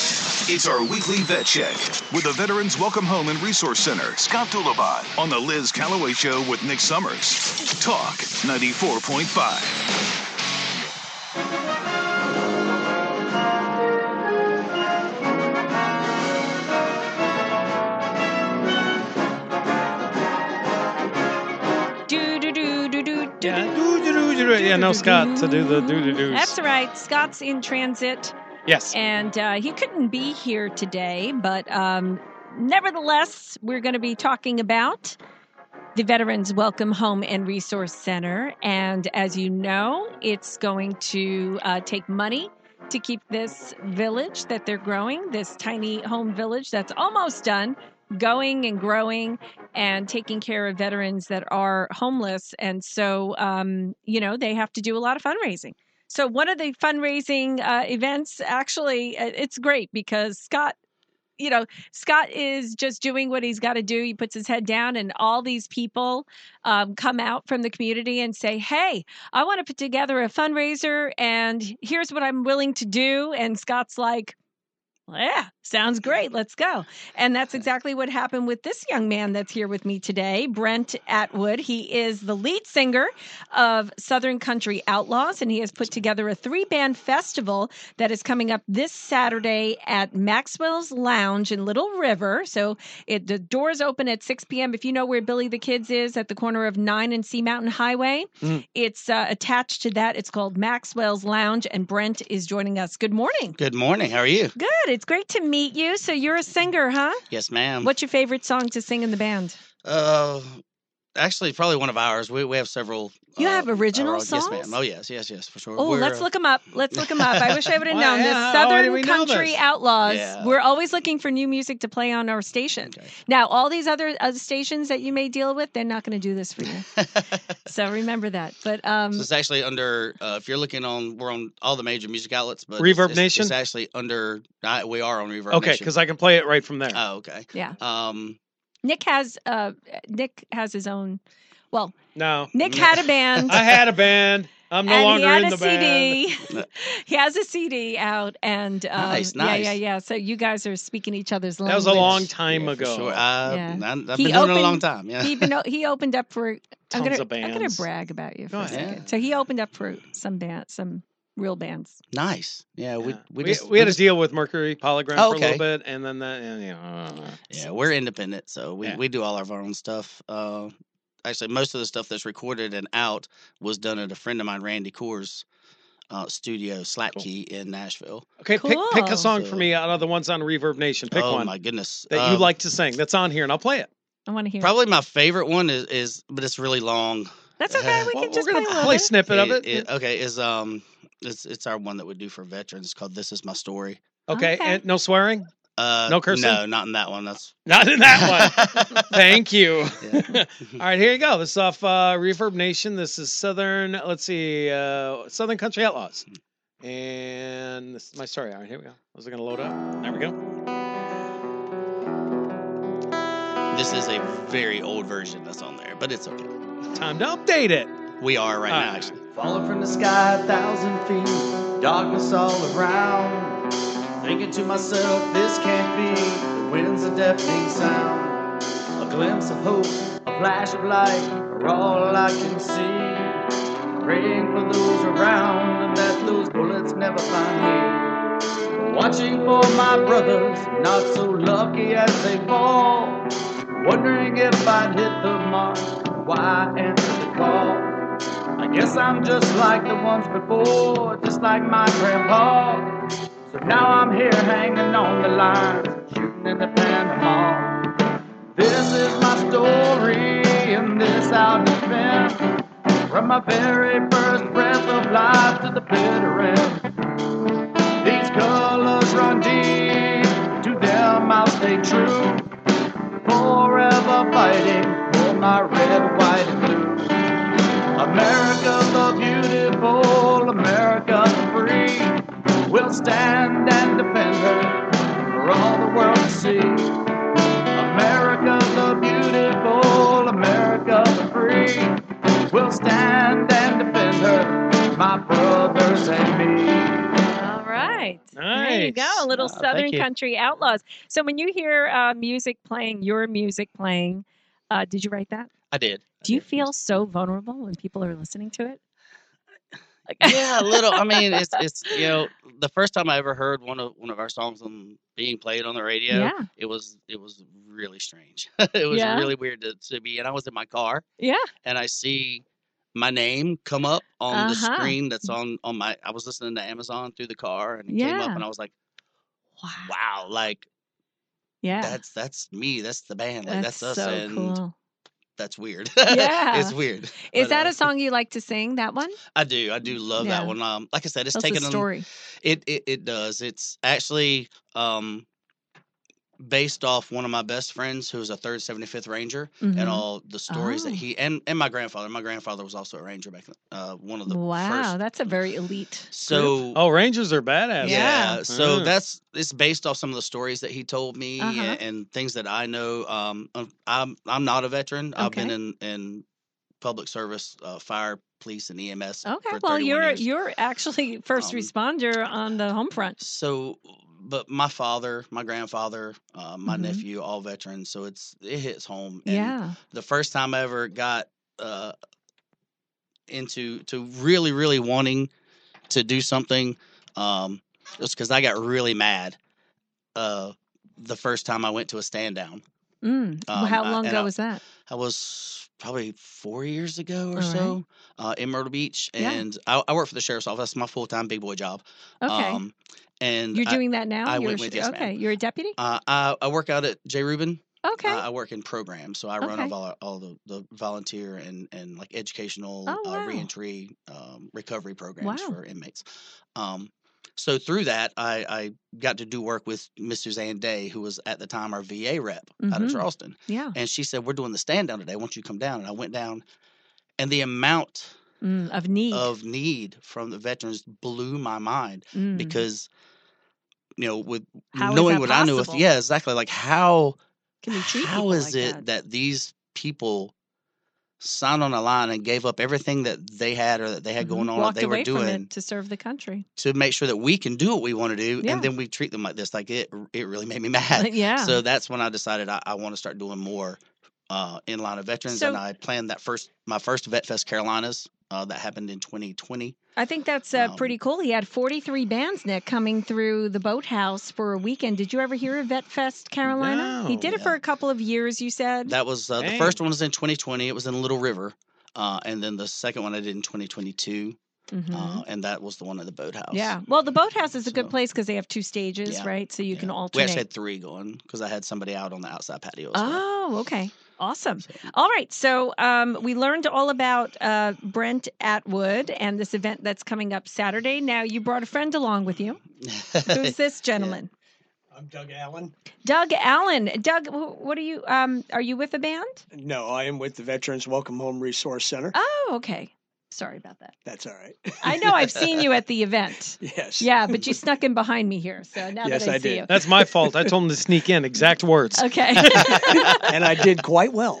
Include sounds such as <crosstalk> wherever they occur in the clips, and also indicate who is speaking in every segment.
Speaker 1: It's our weekly vet check with the Veterans Welcome Home and Resource Center, Scott Doulabot, on the Liz Calloway Show with Nick Summers. Talk 94.5.
Speaker 2: Do do do do do do.
Speaker 3: Yeah,
Speaker 2: do.
Speaker 3: doo, doo, doo, doo, doo. yeah. No, Scott to do the do do doos.
Speaker 2: That's right. Scott's in transit,
Speaker 3: Yes.
Speaker 2: and uh, he couldn't be here today. But um, nevertheless, we're going to be talking about the Veterans Welcome Home and Resource Center. And as you know, it's going to uh, take money to keep this village that they're growing, this tiny home village that's almost done, going and growing and taking care of veterans that are homeless. And so, um, you know, they have to do a lot of fundraising. So, one of the fundraising uh, events, actually, uh, it's great because Scott, you know, Scott is just doing what he's got to do. He puts his head down, and all these people um, come out from the community and say, Hey, I want to put together a fundraiser, and here's what I'm willing to do. And Scott's like, "Well, yeah, sounds great. Let's go. And that's exactly what happened with this young man that's here with me today, Brent Atwood. He is the lead singer of Southern Country Outlaws, and he has put together a three band festival that is coming up this Saturday at Maxwell's Lounge in Little River. So it, the doors open at 6 p.m. If you know where Billy the Kids is at the corner of 9 and Sea Mountain Highway,
Speaker 3: Mm.
Speaker 2: it's uh, attached to that. It's called Maxwell's Lounge, and Brent is joining us. Good morning.
Speaker 4: Good morning. How are you?
Speaker 2: Good. It's great to meet you. So you're a singer, huh?
Speaker 4: Yes,
Speaker 3: Um,
Speaker 4: ma'am.
Speaker 2: What's your favorite song to sing in the band?
Speaker 4: Uh, actually, probably one of ours. We, we have several.
Speaker 2: You
Speaker 4: uh,
Speaker 2: have original
Speaker 4: our-
Speaker 2: songs?
Speaker 4: Yes, ma'am. Oh, yes, yes, yes, for sure.
Speaker 2: Oh,
Speaker 4: We're,
Speaker 2: let's
Speaker 4: uh,
Speaker 2: look them up. Let's look them up. I wish I would have
Speaker 3: <laughs> Why,
Speaker 2: known.
Speaker 3: yeah,
Speaker 2: The
Speaker 3: how do we
Speaker 2: Southern
Speaker 3: know
Speaker 2: Country
Speaker 3: this?
Speaker 2: Outlaws.
Speaker 4: Yeah.
Speaker 2: We're always looking for new music to play on our station.
Speaker 4: Okay.
Speaker 2: Now, all these other, other stations that you may deal with, they're not going to do this for you.
Speaker 3: <laughs>
Speaker 2: so remember that. But um,
Speaker 4: So it's actually under. Uh, if you're looking on, we're on all the major music outlets, but it's-
Speaker 3: Reverb
Speaker 4: it's,
Speaker 3: Nation?
Speaker 4: It's actually under. I, we are on Reverb
Speaker 3: Okay,
Speaker 4: Nation.
Speaker 3: because I can play it right from there.
Speaker 4: Oh, okay.
Speaker 2: Yeah.
Speaker 4: Um.
Speaker 2: Nick has uh, Nick has his own. Well,
Speaker 3: no,
Speaker 2: Nick
Speaker 4: Yeah.
Speaker 2: had a
Speaker 3: <laughs>
Speaker 2: band.
Speaker 3: I had a band. I'm no
Speaker 2: and
Speaker 3: longer
Speaker 2: he had
Speaker 3: in
Speaker 2: a
Speaker 3: the band.
Speaker 2: CD. <laughs> he has a CD out, and um,
Speaker 4: Nice, nice.
Speaker 2: yeah, yeah, yeah. So you guys are speaking each other's language.
Speaker 3: That was a long time
Speaker 4: yeah, for
Speaker 3: ago.
Speaker 4: Sure. Uh,
Speaker 2: Yeah.
Speaker 4: I, I've
Speaker 2: He
Speaker 4: been doing it a long
Speaker 2: opened-
Speaker 4: time. Yeah.
Speaker 2: he been, he opened up for I'm
Speaker 3: Tons
Speaker 2: gonna
Speaker 3: of
Speaker 2: I'm gonna
Speaker 3: bands.
Speaker 2: brag about you for
Speaker 3: Go
Speaker 2: a second.
Speaker 4: ahead.
Speaker 2: So he opened up for some band, some real bands.
Speaker 4: <laughs> nice. Yeah. Uh, We
Speaker 3: Yeah.
Speaker 4: we just
Speaker 3: we had
Speaker 4: just,
Speaker 3: a deal with Mercury Polygram
Speaker 4: Oh,
Speaker 3: for a
Speaker 4: okay.
Speaker 3: little bit, and then that. And, uh, you know,
Speaker 4: Yeah, we're independent, so we,
Speaker 3: Yeah.
Speaker 4: we do all of our own stuff. Uh, actually, most of the stuff that's recorded and out was done at a friend of mine, Randy Coors' uh, studio, Slap
Speaker 3: Cool.
Speaker 4: Key in Nashville.
Speaker 3: okay, pick pick
Speaker 2: Cool.
Speaker 3: a song for
Speaker 4: So-
Speaker 3: me out of the ones on Reverb Nation. Pick
Speaker 4: oh
Speaker 3: one
Speaker 4: my goodness,
Speaker 3: that you
Speaker 4: Um,
Speaker 3: like to sing. That's on here, and I'll play it.
Speaker 2: I want to hear.
Speaker 4: Probably my favorite one is, is but it's really long.
Speaker 2: That's okay. We
Speaker 3: Well,
Speaker 2: can
Speaker 3: we're
Speaker 2: just play
Speaker 3: gonna
Speaker 2: a little
Speaker 3: play
Speaker 2: bit.
Speaker 3: snippet of it.
Speaker 4: okay, is um, it's it's our one that we do for veterans It's called "This Is My Story."
Speaker 3: okay,
Speaker 2: Okay.
Speaker 3: and no swearing.
Speaker 4: Uh,
Speaker 3: No cursing?
Speaker 4: No, not in that one. That's
Speaker 3: Not in <laughs> that
Speaker 4: <laughs>
Speaker 3: one. Thank you.
Speaker 4: Yeah.
Speaker 3: All right, here you go. This is off uh, Reverb Nation. This is Southern, let's see, uh, Southern Country Outlaws. And this is my story. All right, here we go. Was it going to load up? There we go.
Speaker 4: this is a very old version that's on there, but it's okay.
Speaker 3: Time to update it.
Speaker 4: We are right
Speaker 3: All
Speaker 4: now,
Speaker 3: right.
Speaker 4: actually.
Speaker 5: Falling from the sky a thousand feet, darkness all around. Thinking to myself, this can't be. The wind's a deafening sound. A glimpse of hope, a flash of light are all I can see. Praying for those around and that those bullets never find me. Watching for my brothers, not so lucky as they fall. Wondering if I'd hit the mark, why I answered the call. I guess I'm just like the ones before, just like my grandpa. So now I'm here hanging on the line, shooting in the Panama. This is my story, and this I'll defend. From my very first breath of life to the bitter end. These colors run deep, to them I'll stay true. Forever fighting for my red, white, and blue. America the beautiful, America the free. We'll stand and defend her for all the world to see. America the beautiful, America the free. We'll stand and defend her, my brothers and me.
Speaker 2: All right.
Speaker 3: Nice.
Speaker 2: There you go, a little
Speaker 4: Ah, thank
Speaker 2: Southern
Speaker 4: you.
Speaker 2: Country Outlaws. So when you hear uh, music playing, your music playing, uh, did you write that?
Speaker 4: I did. I
Speaker 2: Do you
Speaker 4: did.
Speaker 2: feel so vulnerable when people are listening to it?
Speaker 4: yeah, a little. I
Speaker 2: <laughs>
Speaker 4: mean, it's it's you know the first time I ever heard one of one of our songs on being played on the radio.
Speaker 2: Yeah,
Speaker 4: It was it was really strange. <laughs> it was
Speaker 2: Yeah.
Speaker 4: really weird to, to be. And I was in my car
Speaker 2: yeah,
Speaker 4: and I see my name come up on the
Speaker 2: Uh-huh.
Speaker 4: screen that's on on my. I was listening to Amazon through the car and it came
Speaker 2: Yeah.
Speaker 4: up and I was like,
Speaker 2: wow,
Speaker 4: wow, like
Speaker 2: yeah.
Speaker 4: that's that's me, that's the band, like that's, us,
Speaker 2: so
Speaker 4: and
Speaker 2: cool.
Speaker 4: that's weird. <laughs>
Speaker 2: Yeah.
Speaker 4: it's weird.
Speaker 2: Is
Speaker 4: but,
Speaker 2: that
Speaker 4: uh,
Speaker 2: a song you like to sing? That one?
Speaker 4: I do, I do love
Speaker 2: Yeah.
Speaker 4: that one. Um, like I said, it's
Speaker 2: Tells
Speaker 4: taken
Speaker 2: a
Speaker 4: an-
Speaker 2: story.
Speaker 4: It, it it does. It's actually um based off one of my best friends who's a third seventy fifth ranger
Speaker 2: Mhm.
Speaker 4: and all the stories
Speaker 2: Oh.
Speaker 4: that he and and my grandfather. My grandfather was also a ranger back in the- uh one of the
Speaker 2: wow,
Speaker 4: first.
Speaker 2: that's a very elite. group.
Speaker 4: So
Speaker 3: Oh, Rangers are badass.
Speaker 4: yeah.
Speaker 2: Yeah.
Speaker 4: So
Speaker 3: Mm.
Speaker 4: that's it's based off some of the stories that he told me
Speaker 2: Uh-huh.
Speaker 4: and, and things that I know. Um, um, I'm I'm not a veteran. I've been
Speaker 2: Okay.
Speaker 4: in in public service, uh, fire, police, and EMS.
Speaker 2: okay,
Speaker 4: for
Speaker 2: well
Speaker 4: 31
Speaker 2: you're
Speaker 4: years.
Speaker 2: you're actually first
Speaker 4: Um,
Speaker 2: responder on the home front.
Speaker 4: So, but my father, my grandfather, uh, my
Speaker 2: Mhm.
Speaker 4: nephew, all veterans. So it's it hits home. And
Speaker 2: Yeah.
Speaker 4: The first time I ever got uh, into to really really wanting to do something um, was because I got really mad. Uh, the first time I went to a stand down,
Speaker 2: Mm. Well,
Speaker 4: um,
Speaker 2: How
Speaker 4: I-
Speaker 2: long
Speaker 4: and
Speaker 2: ago
Speaker 4: I-
Speaker 2: was that?
Speaker 4: I was probably four years ago or
Speaker 2: All right.
Speaker 4: so uh, in Myrtle Beach,
Speaker 2: Yeah.
Speaker 4: and I, I work for the sheriff's office. That's my full time big boy job.
Speaker 2: Okay.
Speaker 4: um, and
Speaker 2: you're
Speaker 4: I-
Speaker 2: doing that now?
Speaker 4: I
Speaker 2: you're
Speaker 4: went
Speaker 2: sh-
Speaker 4: with- yes, ma'am.
Speaker 2: Okay, you're a deputy?
Speaker 4: Uh, I, I work out at J. Rubin.
Speaker 2: Okay.
Speaker 4: Uh, I work in programs, so I run
Speaker 2: Okay.
Speaker 4: all, our- all the, the volunteer and, and like educational
Speaker 2: Oh, wow.
Speaker 4: uh, reentry um, recovery programs
Speaker 2: Wow.
Speaker 4: for inmates. Um, so through that, I, I got to do work with Miss Suzanne Day, who was at the time our VA representative out of
Speaker 2: Mhm.
Speaker 4: Charleston,
Speaker 2: yeah.
Speaker 4: and she said, "We're doing the stand down today. Won't you come down?" And I went down, and the amount
Speaker 2: Mm, of need.
Speaker 4: of need from the veterans blew my mind
Speaker 2: Mm.
Speaker 4: because you know with
Speaker 2: How is
Speaker 4: knowing
Speaker 2: that
Speaker 4: what I knew, if,
Speaker 2: possible?
Speaker 4: yeah, exactly. Like how
Speaker 2: Can we treat
Speaker 4: how
Speaker 2: people
Speaker 4: is
Speaker 2: like
Speaker 4: it that? these people signed on a line and gave up everything that they had or that they had
Speaker 2: Mhm.
Speaker 4: going on
Speaker 2: Walked
Speaker 4: that they
Speaker 2: away
Speaker 4: were
Speaker 2: from
Speaker 4: doing
Speaker 2: it to serve the
Speaker 4: <laughs>
Speaker 2: country.
Speaker 4: to make sure that we can do what we want to do
Speaker 2: Yeah.
Speaker 4: and then we treat them like this like it it really made me <laughs> mad
Speaker 2: yeah.
Speaker 4: so that's when i decided i, I want to start doing more uh, in line of veterans and
Speaker 2: So-
Speaker 4: i planned that first my first vet fest carolinas uh, that happened in 2020
Speaker 2: I think that's uh,
Speaker 4: Um,
Speaker 2: pretty cool. He had 43 bands, Nick, coming through the boathouse for a weekend. Did you ever hear of Vet Fest Carolina? he
Speaker 3: No.
Speaker 2: did it
Speaker 4: Yeah.
Speaker 2: for a couple of years, you said?
Speaker 4: That was uh, the
Speaker 3: Dang.
Speaker 4: first one was in 2020. It was in Little River, uh, and then the second one I did in 2022,
Speaker 2: Mhm.
Speaker 4: uh, and that was the one at the boathouse.
Speaker 2: yeah. Well, the boathouse is a good
Speaker 4: So-
Speaker 2: place because they have two stages,
Speaker 4: Yeah.
Speaker 2: right? So you can
Speaker 4: Yeah.
Speaker 2: alternate.
Speaker 4: We actually had three going because I had somebody out on the outside patio. As well.
Speaker 2: oh, okay. Awesome.
Speaker 4: So,
Speaker 2: All right. So um, we learned all about uh, Brent Atwood and this event that's coming up Saturday. Now, you brought a friend along with
Speaker 4: <laughs>
Speaker 2: you. Ah, Who's this gentleman?
Speaker 6: I'm Doug Allen.
Speaker 2: Doug Allen. Doug, wh- what are you? Um, are you with a band?
Speaker 6: No, I am with the Veterans Welcome Home Resource Center.
Speaker 2: Oh, okay. Sorry about that.
Speaker 6: That's all right. <laughs>
Speaker 2: I know I've seen you at
Speaker 4: <laughs>
Speaker 2: the event.
Speaker 6: yes.
Speaker 2: Yeah, but you snuck in behind me here. So now
Speaker 6: Yes,
Speaker 2: that I,
Speaker 6: I
Speaker 2: see
Speaker 6: did.
Speaker 3: That's my fault. I told him to sneak in. Exact words.
Speaker 2: you. Okay.
Speaker 4: <laughs>
Speaker 6: And I did quite well.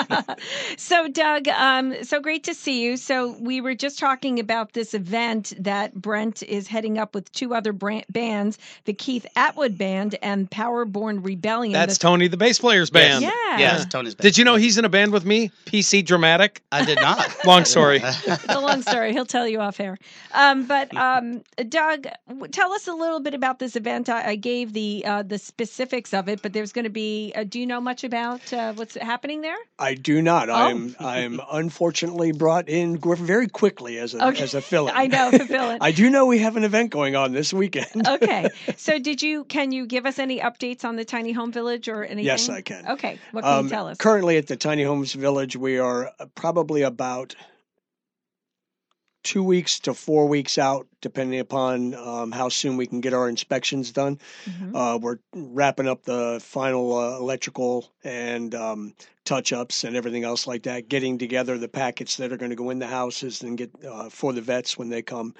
Speaker 2: <laughs> so, Doug, um, so great to see you. So, we were just talking about this event that Brent is heading up with two other brand- bands the Keith Atwood Band and Powerborn Rebellion.
Speaker 3: That's
Speaker 2: The-
Speaker 3: Tony the bass player's band.
Speaker 2: Yeah.
Speaker 4: yeah, it's Tony's.
Speaker 3: Did you know
Speaker 4: band.
Speaker 3: he's in a band with me? PC Dramatic.
Speaker 4: I did not.
Speaker 3: <laughs> Long story.
Speaker 2: it's a long story. He'll tell you off air. Um, but um, Doug, w- tell us a little bit about this event. I, I gave the uh, the specifics of it, but there's going to be. Uh, do you know much about uh, what's happening there?
Speaker 6: I do not.
Speaker 2: Oh.
Speaker 6: I am I am unfortunately brought in gr- very quickly as a
Speaker 2: Okay.
Speaker 6: as a fill
Speaker 2: I know, Oh, fulfill it.
Speaker 6: <laughs> I do know we have an event going on this weekend.
Speaker 2: okay. So, did you? Can you give us any updates on the tiny home village or anything?
Speaker 6: <laughs> Yes, I can.
Speaker 2: Okay. What can
Speaker 6: Um,
Speaker 2: you tell us?
Speaker 6: Currently at the Tiny Homes Village, we are uh, probably about two weeks to four weeks out, depending upon um, how soon we can get our inspections done.
Speaker 2: Mhm.
Speaker 6: Uh, we're wrapping up the final uh, electrical and um, touch ups and everything else like that, getting together the packets that are going to go in the houses and get uh, for the vets when they come.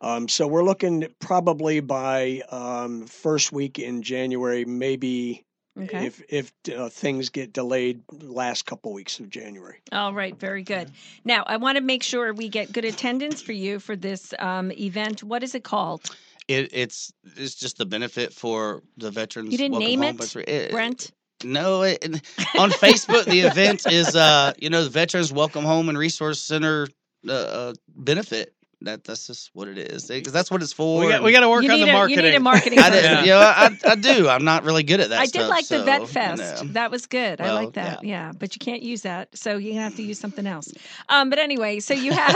Speaker 6: Um, so we're looking probably by um, first week in January, maybe
Speaker 2: Okay.
Speaker 6: if if uh, things get delayed, last couple weeks of January.
Speaker 2: All right. Very good. Now, I want to make sure we get good attendance for you for this um, event. What is it called?
Speaker 4: <laughs> it, it's it's just the benefit for the veterans.
Speaker 2: You didn't
Speaker 4: Welcome
Speaker 2: name
Speaker 4: Home
Speaker 2: it,
Speaker 4: Veteran- it-
Speaker 2: Brent.
Speaker 4: No, it,
Speaker 2: <laughs>
Speaker 4: and on Facebook the event is uh you know the Veterans Welcome Home and Resource Center uh, uh benefit. That that's just what it is because that's what it's for.
Speaker 3: We got,
Speaker 4: and
Speaker 3: we got to work
Speaker 2: you
Speaker 3: on
Speaker 2: need
Speaker 3: the
Speaker 2: a, you
Speaker 3: marketing.
Speaker 2: need a
Speaker 3: <laughs>
Speaker 2: marketing.
Speaker 4: I
Speaker 2: person.
Speaker 4: did, you know, I, I do. I'm not really good at that.
Speaker 2: I
Speaker 4: stuff,
Speaker 2: did like
Speaker 4: so,
Speaker 2: the Vet
Speaker 4: you
Speaker 2: Fest.
Speaker 4: know.
Speaker 2: That was good. I
Speaker 4: Well,
Speaker 2: like that. Yeah. but you can't use that, so you're gonna have to use something else. Um, but anyway, so you
Speaker 4: <laughs>
Speaker 2: have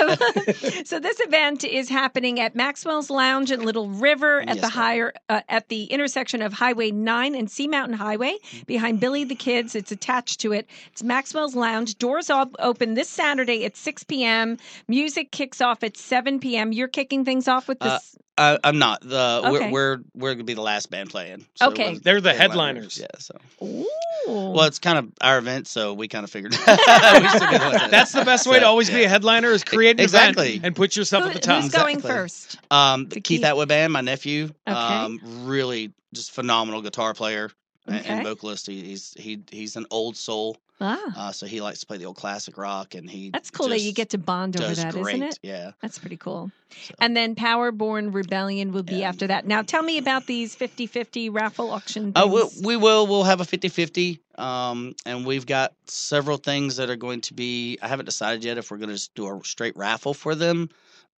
Speaker 2: so this event is happening at Maxwell's Lounge in Little River at
Speaker 4: Yes,
Speaker 2: the
Speaker 4: ma'am.
Speaker 2: higher uh, at the intersection of Highway Nine and Sea Mountain Highway
Speaker 4: Mm-hmm.
Speaker 2: behind Billy the Kids. It's attached to it. It's Maxwell's Lounge. Doors all open this Saturday at 6 p.m. Music kicks off at 7 p.m. You're kicking things off with
Speaker 4: Uh,
Speaker 2: this.
Speaker 4: I, I'm not. The
Speaker 2: Okay.
Speaker 4: we're we're we're gonna be the last band playing.
Speaker 2: Okay.
Speaker 4: we're
Speaker 3: They're the headliners.
Speaker 4: Yeah. So
Speaker 2: Ooh.
Speaker 4: well, it's kind of our event, so we kind of figured. <laughs> we should be
Speaker 3: <laughs>
Speaker 4: the ones that-
Speaker 3: <laughs> That's the best way to
Speaker 4: So,
Speaker 3: always be a
Speaker 4: yeah.
Speaker 3: headliner is create an
Speaker 4: exactly.
Speaker 3: event and put yourself
Speaker 2: Who-
Speaker 3: at the top.
Speaker 2: who's going
Speaker 4: Exactly.
Speaker 2: first?
Speaker 4: Um,
Speaker 2: To
Speaker 4: Keith,
Speaker 2: keep-
Speaker 4: Atwood band, my nephew.
Speaker 2: Okay.
Speaker 4: Um, really just phenomenal guitar player a- and,
Speaker 2: Okay.
Speaker 4: vocalist. He, he's he he's an old soul,
Speaker 2: Ah,
Speaker 4: uh, so he likes to play the old classic rock, and he
Speaker 2: that's cool that you
Speaker 4: just
Speaker 2: get to bond over
Speaker 4: does
Speaker 2: that,
Speaker 4: great.
Speaker 2: not it?
Speaker 4: Yeah.
Speaker 2: That's pretty cool.
Speaker 4: So-
Speaker 2: And then Powerborn Rebellion will be
Speaker 4: Yeah.
Speaker 2: after that. Now, tell me about these 50 50 raffle auction things.
Speaker 4: Uh, we, we will. We'll have a 50 50. Um, and we've got several things that are going to be. I haven't decided yet if we're going to just do a straight raffle for them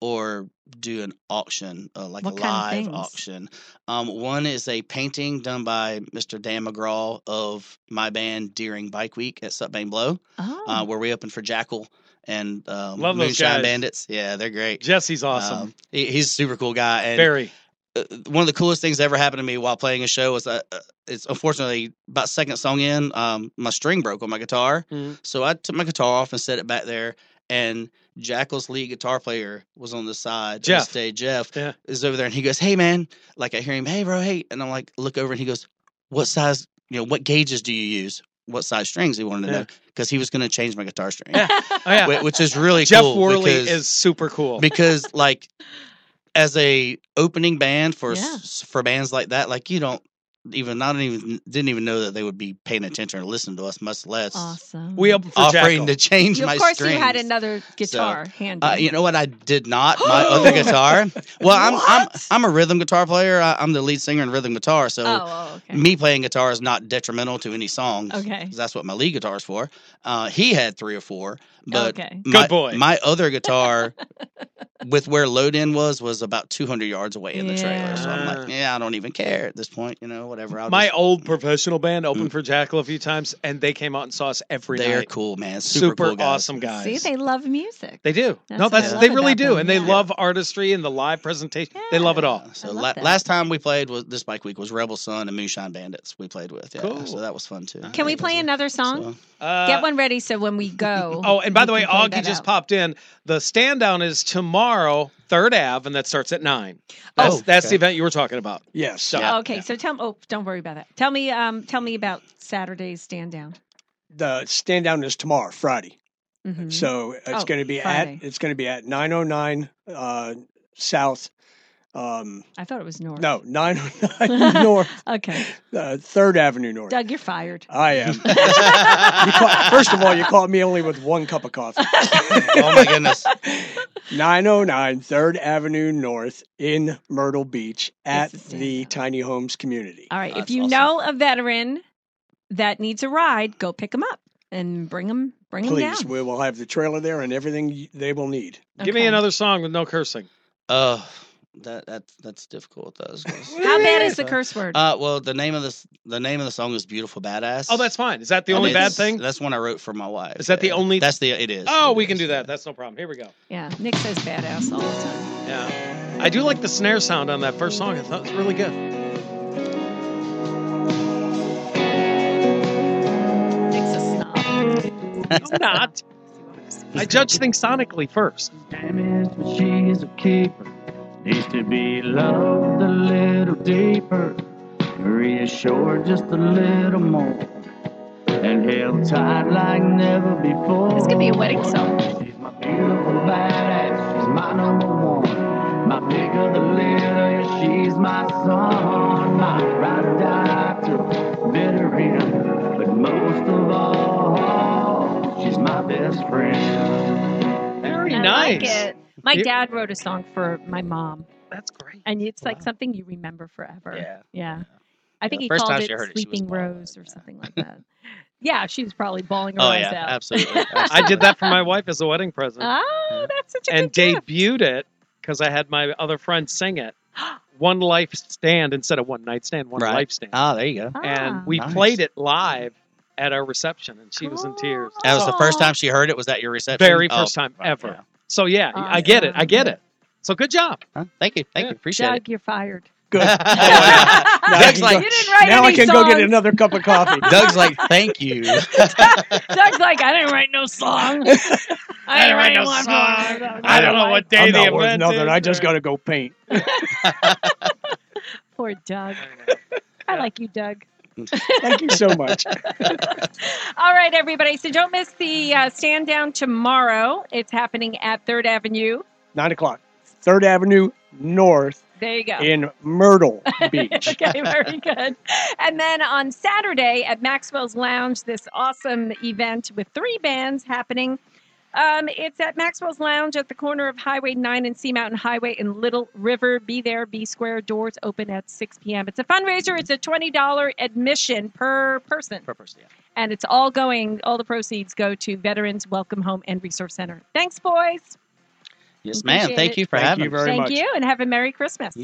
Speaker 4: or do an auction, uh, like
Speaker 2: What
Speaker 4: a
Speaker 2: kind of
Speaker 4: live
Speaker 2: things?
Speaker 4: auction. Um, one is a painting done by Mr. Dan McGraw of my band during Bike Week at Sutbane Blow,
Speaker 2: oh,
Speaker 4: uh, where we opened for Jackal and um,
Speaker 3: Love those
Speaker 4: Moonshine
Speaker 3: guys.
Speaker 4: Bandits. Yeah, they're great.
Speaker 3: Jesse's awesome.
Speaker 4: Um, he, he's a super cool guy. And
Speaker 3: Very.
Speaker 4: uh, one of the coolest things that ever happened to me while playing a show was uh, uh, it's unfortunately about second song in um, my string broke on my guitar
Speaker 3: Mhm.
Speaker 4: so i took my guitar off and set it back there and jackal's lead guitar player was on the side of
Speaker 3: Jeff.
Speaker 4: the stage jeff
Speaker 3: Yeah.
Speaker 4: is over there and he goes hey man like i hear him hey bro hey and i'm like look over and he goes what size you know what gauges do you use what size strings he wanted to
Speaker 3: Yeah.
Speaker 4: know because he was going to change my
Speaker 3: <laughs>
Speaker 4: guitar string
Speaker 3: Oh, yeah.
Speaker 4: whi- which is really
Speaker 3: Jeff
Speaker 4: cool
Speaker 3: Worley
Speaker 4: because-
Speaker 3: is super
Speaker 2: <laughs>
Speaker 3: cool.
Speaker 4: because like as a opening band for
Speaker 2: Yeah.
Speaker 4: s for bands like that like you don't even I don't even didn't even know that they would be paying attention or listening to us much less
Speaker 2: awesome.
Speaker 3: We open for
Speaker 4: offering
Speaker 3: Jackal.
Speaker 4: to change
Speaker 2: You-
Speaker 4: my
Speaker 2: of course,
Speaker 4: strings.
Speaker 2: you had another guitar handy.
Speaker 4: uh, you know what I did not my
Speaker 2: <gasps>
Speaker 4: other guitar well I'm I'm
Speaker 2: What?
Speaker 4: I'm a rhythm guitar player I, I'm the lead singer in rhythm guitar so
Speaker 2: oh, oh, okay.
Speaker 4: me playing guitar is not detrimental to any songs
Speaker 2: Okay.
Speaker 4: 'cause that's what my lead guitar is for uh, he had three or four but
Speaker 2: okay.
Speaker 4: my,
Speaker 3: boy.
Speaker 4: My other
Speaker 3: <laughs>
Speaker 4: guitar, with where load in was, was about 200 yards away in the
Speaker 2: Yeah.
Speaker 4: trailer. So I'm like, yeah, I don't even care at this point. You know, whatever. I'll
Speaker 3: My
Speaker 4: just,
Speaker 3: old professional band opened for Jackal a few times, and they came out and saw us every
Speaker 4: they're
Speaker 3: night.
Speaker 4: cool, man. Super,
Speaker 3: Super,
Speaker 4: cool guys.
Speaker 3: awesome guys.
Speaker 2: See, they love music.
Speaker 3: They do.
Speaker 2: That's
Speaker 3: no,
Speaker 2: what I
Speaker 3: that's
Speaker 2: love
Speaker 3: they really
Speaker 2: about
Speaker 3: do,
Speaker 2: them,
Speaker 3: and they
Speaker 2: yeah.
Speaker 3: love artistry and the live presentation. They love it all.
Speaker 4: Uh, So
Speaker 2: I love
Speaker 4: la-
Speaker 2: that.
Speaker 4: last time we played was this bike week was Rebel Sun and Moonshine Bandits. We played with, yeah.
Speaker 3: Cool.
Speaker 4: So that was fun too.
Speaker 2: Can we play another song?
Speaker 4: So,
Speaker 3: Uh,
Speaker 2: Get one ready so when we
Speaker 4: <laughs>
Speaker 2: go.
Speaker 3: Oh, and by
Speaker 2: we
Speaker 3: the way,
Speaker 2: can play
Speaker 3: Augie
Speaker 2: that
Speaker 3: just
Speaker 2: out.
Speaker 3: popped in. The stand down is tomorrow, Third Ave, and that starts at nine. That's,
Speaker 4: Oh,
Speaker 3: that's the
Speaker 4: okay.
Speaker 3: event you were talking about.
Speaker 6: Yes.
Speaker 4: Yeah.
Speaker 2: Okay, so tell me. Oh, don't worry about that. Tell me. Um, tell me about Saturday's stand down.
Speaker 6: The stand down is tomorrow, Friday.
Speaker 2: Mhm.
Speaker 6: So it's
Speaker 2: Oh,
Speaker 6: going to be
Speaker 2: Friday.
Speaker 6: at it's going to be at 909 uh, South. Um,
Speaker 2: I thought it was North. <laughs>
Speaker 6: no, 909 North,
Speaker 2: Okay,
Speaker 6: uh, Third Avenue North.
Speaker 2: Doug, you're
Speaker 4: <laughs>
Speaker 2: fired.
Speaker 6: I am. You caught- first of all, you caught me only with one cup of
Speaker 2: <laughs>
Speaker 6: coffee.
Speaker 4: oh my goodness.
Speaker 6: 909 Third Avenue North in Myrtle Beach at
Speaker 2: This is Uh,
Speaker 6: the
Speaker 2: Danielle.
Speaker 6: Tiny Homes community.
Speaker 2: All right, if
Speaker 4: That's
Speaker 2: you
Speaker 4: awesome.
Speaker 2: know a veteran that needs a ride, go pick them up and bring them. Bring them
Speaker 6: Please,
Speaker 2: down.
Speaker 6: we will have the trailer there and everything y- they will need.
Speaker 2: <laughs>
Speaker 3: Give me
Speaker 2: Okay.
Speaker 3: another song with no cursing.
Speaker 4: Oh, that that that's difficult. That was
Speaker 3: <laughs>
Speaker 2: How bad is the curse word?
Speaker 4: Uh, well, the name of this the name of the song is "Beautiful Badass."
Speaker 3: Oh, that's fine. Is that the
Speaker 4: I
Speaker 3: only
Speaker 4: mean,
Speaker 3: bad
Speaker 4: it's-
Speaker 3: thing?
Speaker 4: That's one I wrote for my wife.
Speaker 3: Is that the
Speaker 4: yeah.
Speaker 3: only-
Speaker 4: That's the it is.
Speaker 3: Oh,
Speaker 4: It
Speaker 3: we can
Speaker 4: is,
Speaker 3: do
Speaker 4: yeah.
Speaker 3: that. That's no problem. Here we go.
Speaker 2: yeah, Nick says badass all the time.
Speaker 3: Yeah, I do like the snare sound on that first song. I thought it was really
Speaker 4: <laughs>
Speaker 3: good.
Speaker 2: Nick's a snob.
Speaker 3: I'm not. I judge things sonically first.
Speaker 5: damaged, but she's a keeper. Needs to be loved a little deeper, reassured just a little more, and held tight like never before.
Speaker 2: This could be a wedding song.
Speaker 5: She's my beautiful badass. She's my number one. My bigger the litter, she's my son. My ride or die to the bitter end. But most of all, she's my best friend.
Speaker 3: Very
Speaker 2: I
Speaker 3: nice.
Speaker 2: like it. My
Speaker 3: You-
Speaker 2: dad wrote a song for my mom.
Speaker 4: That's great.
Speaker 2: and it's like
Speaker 4: Wow.
Speaker 2: something you remember forever.
Speaker 4: Yeah.
Speaker 2: Yeah. I think
Speaker 4: the
Speaker 2: he
Speaker 4: first
Speaker 2: called
Speaker 4: time
Speaker 2: it
Speaker 4: she heard it, she was
Speaker 2: Sleeping
Speaker 4: bawling,
Speaker 2: Rose or
Speaker 4: yeah.
Speaker 2: something like
Speaker 4: <laughs>
Speaker 2: that. yeah, she was probably bawling her
Speaker 4: Oh
Speaker 2: eyes
Speaker 4: yeah,
Speaker 2: out.
Speaker 3: <laughs>
Speaker 4: absolutely.
Speaker 3: I did that for my wife as a wedding <laughs> present
Speaker 4: Mm-hmm.
Speaker 2: Oh, that's such a
Speaker 3: and
Speaker 2: good gift.
Speaker 3: debuted it because I had my other friend sing <gasps> it. One life stand instead of one night stand, one
Speaker 4: Right.
Speaker 3: life stand.
Speaker 4: Ah, there you go.
Speaker 2: Ah,
Speaker 3: and we
Speaker 4: Nice.
Speaker 3: played it live at our reception, and she was in tears.
Speaker 4: That was the first
Speaker 2: Aw.
Speaker 4: time she heard it. Was that your reception?
Speaker 3: Very
Speaker 4: Oh,
Speaker 3: first time
Speaker 4: fuck,
Speaker 3: ever.
Speaker 4: yeah.
Speaker 3: So yeah, I get it. I
Speaker 2: Awesome.
Speaker 3: get it. So good job.
Speaker 4: Huh? Thank you. Thank
Speaker 3: Yeah.
Speaker 4: you. Appreciate
Speaker 2: Doug, you're fired.
Speaker 6: Good.
Speaker 4: it. Doug's
Speaker 6: can
Speaker 4: like,
Speaker 2: you didn't write
Speaker 6: now
Speaker 2: any
Speaker 6: I can
Speaker 2: songs.
Speaker 6: go get another cup of
Speaker 2: <laughs>
Speaker 6: coffee.
Speaker 4: Doug's like, thank you.
Speaker 2: Doug's like, I didn't write no
Speaker 6: <laughs>
Speaker 2: song. I didn't write no song.
Speaker 3: I don't know what day
Speaker 6: I'm
Speaker 3: the
Speaker 6: not worth
Speaker 3: event
Speaker 6: nothing.
Speaker 3: is
Speaker 6: I just
Speaker 3: or-
Speaker 6: got to
Speaker 2: <laughs>
Speaker 6: go paint.
Speaker 2: Poor Doug.
Speaker 3: <laughs>
Speaker 2: I like you, Doug.
Speaker 6: Thank you so much.
Speaker 2: All right, everybody. So don't miss the uh, stand down tomorrow. It's happening at Third Avenue.
Speaker 6: Nine o'clock, Third Avenue North
Speaker 2: There you go.
Speaker 6: in
Speaker 2: <laughs>
Speaker 6: Myrtle Beach.
Speaker 2: okay,
Speaker 6: <laughs>
Speaker 2: very good. And then on Saturday at Maxwell's Lounge, this awesome event with three bands happening. Um, it's at Maxwell's Lounge at the corner of Highway 9 and Sea Mountain Highway in Little River. Be there, be square. Doors open at 6 p.m. It's a fundraiser. It's a $20 admission per person.
Speaker 4: Purpose, yeah.
Speaker 2: And it's all going, all the proceeds go to Veterans Welcome Home and Resource Center. Thanks, boys.
Speaker 4: Yes, ma'am.
Speaker 2: Appreciate
Speaker 4: Thank
Speaker 2: it.
Speaker 4: you for
Speaker 6: Thank
Speaker 4: having
Speaker 6: you
Speaker 4: us.
Speaker 6: very
Speaker 2: Thank
Speaker 6: much.
Speaker 2: you, and have a Merry Christmas.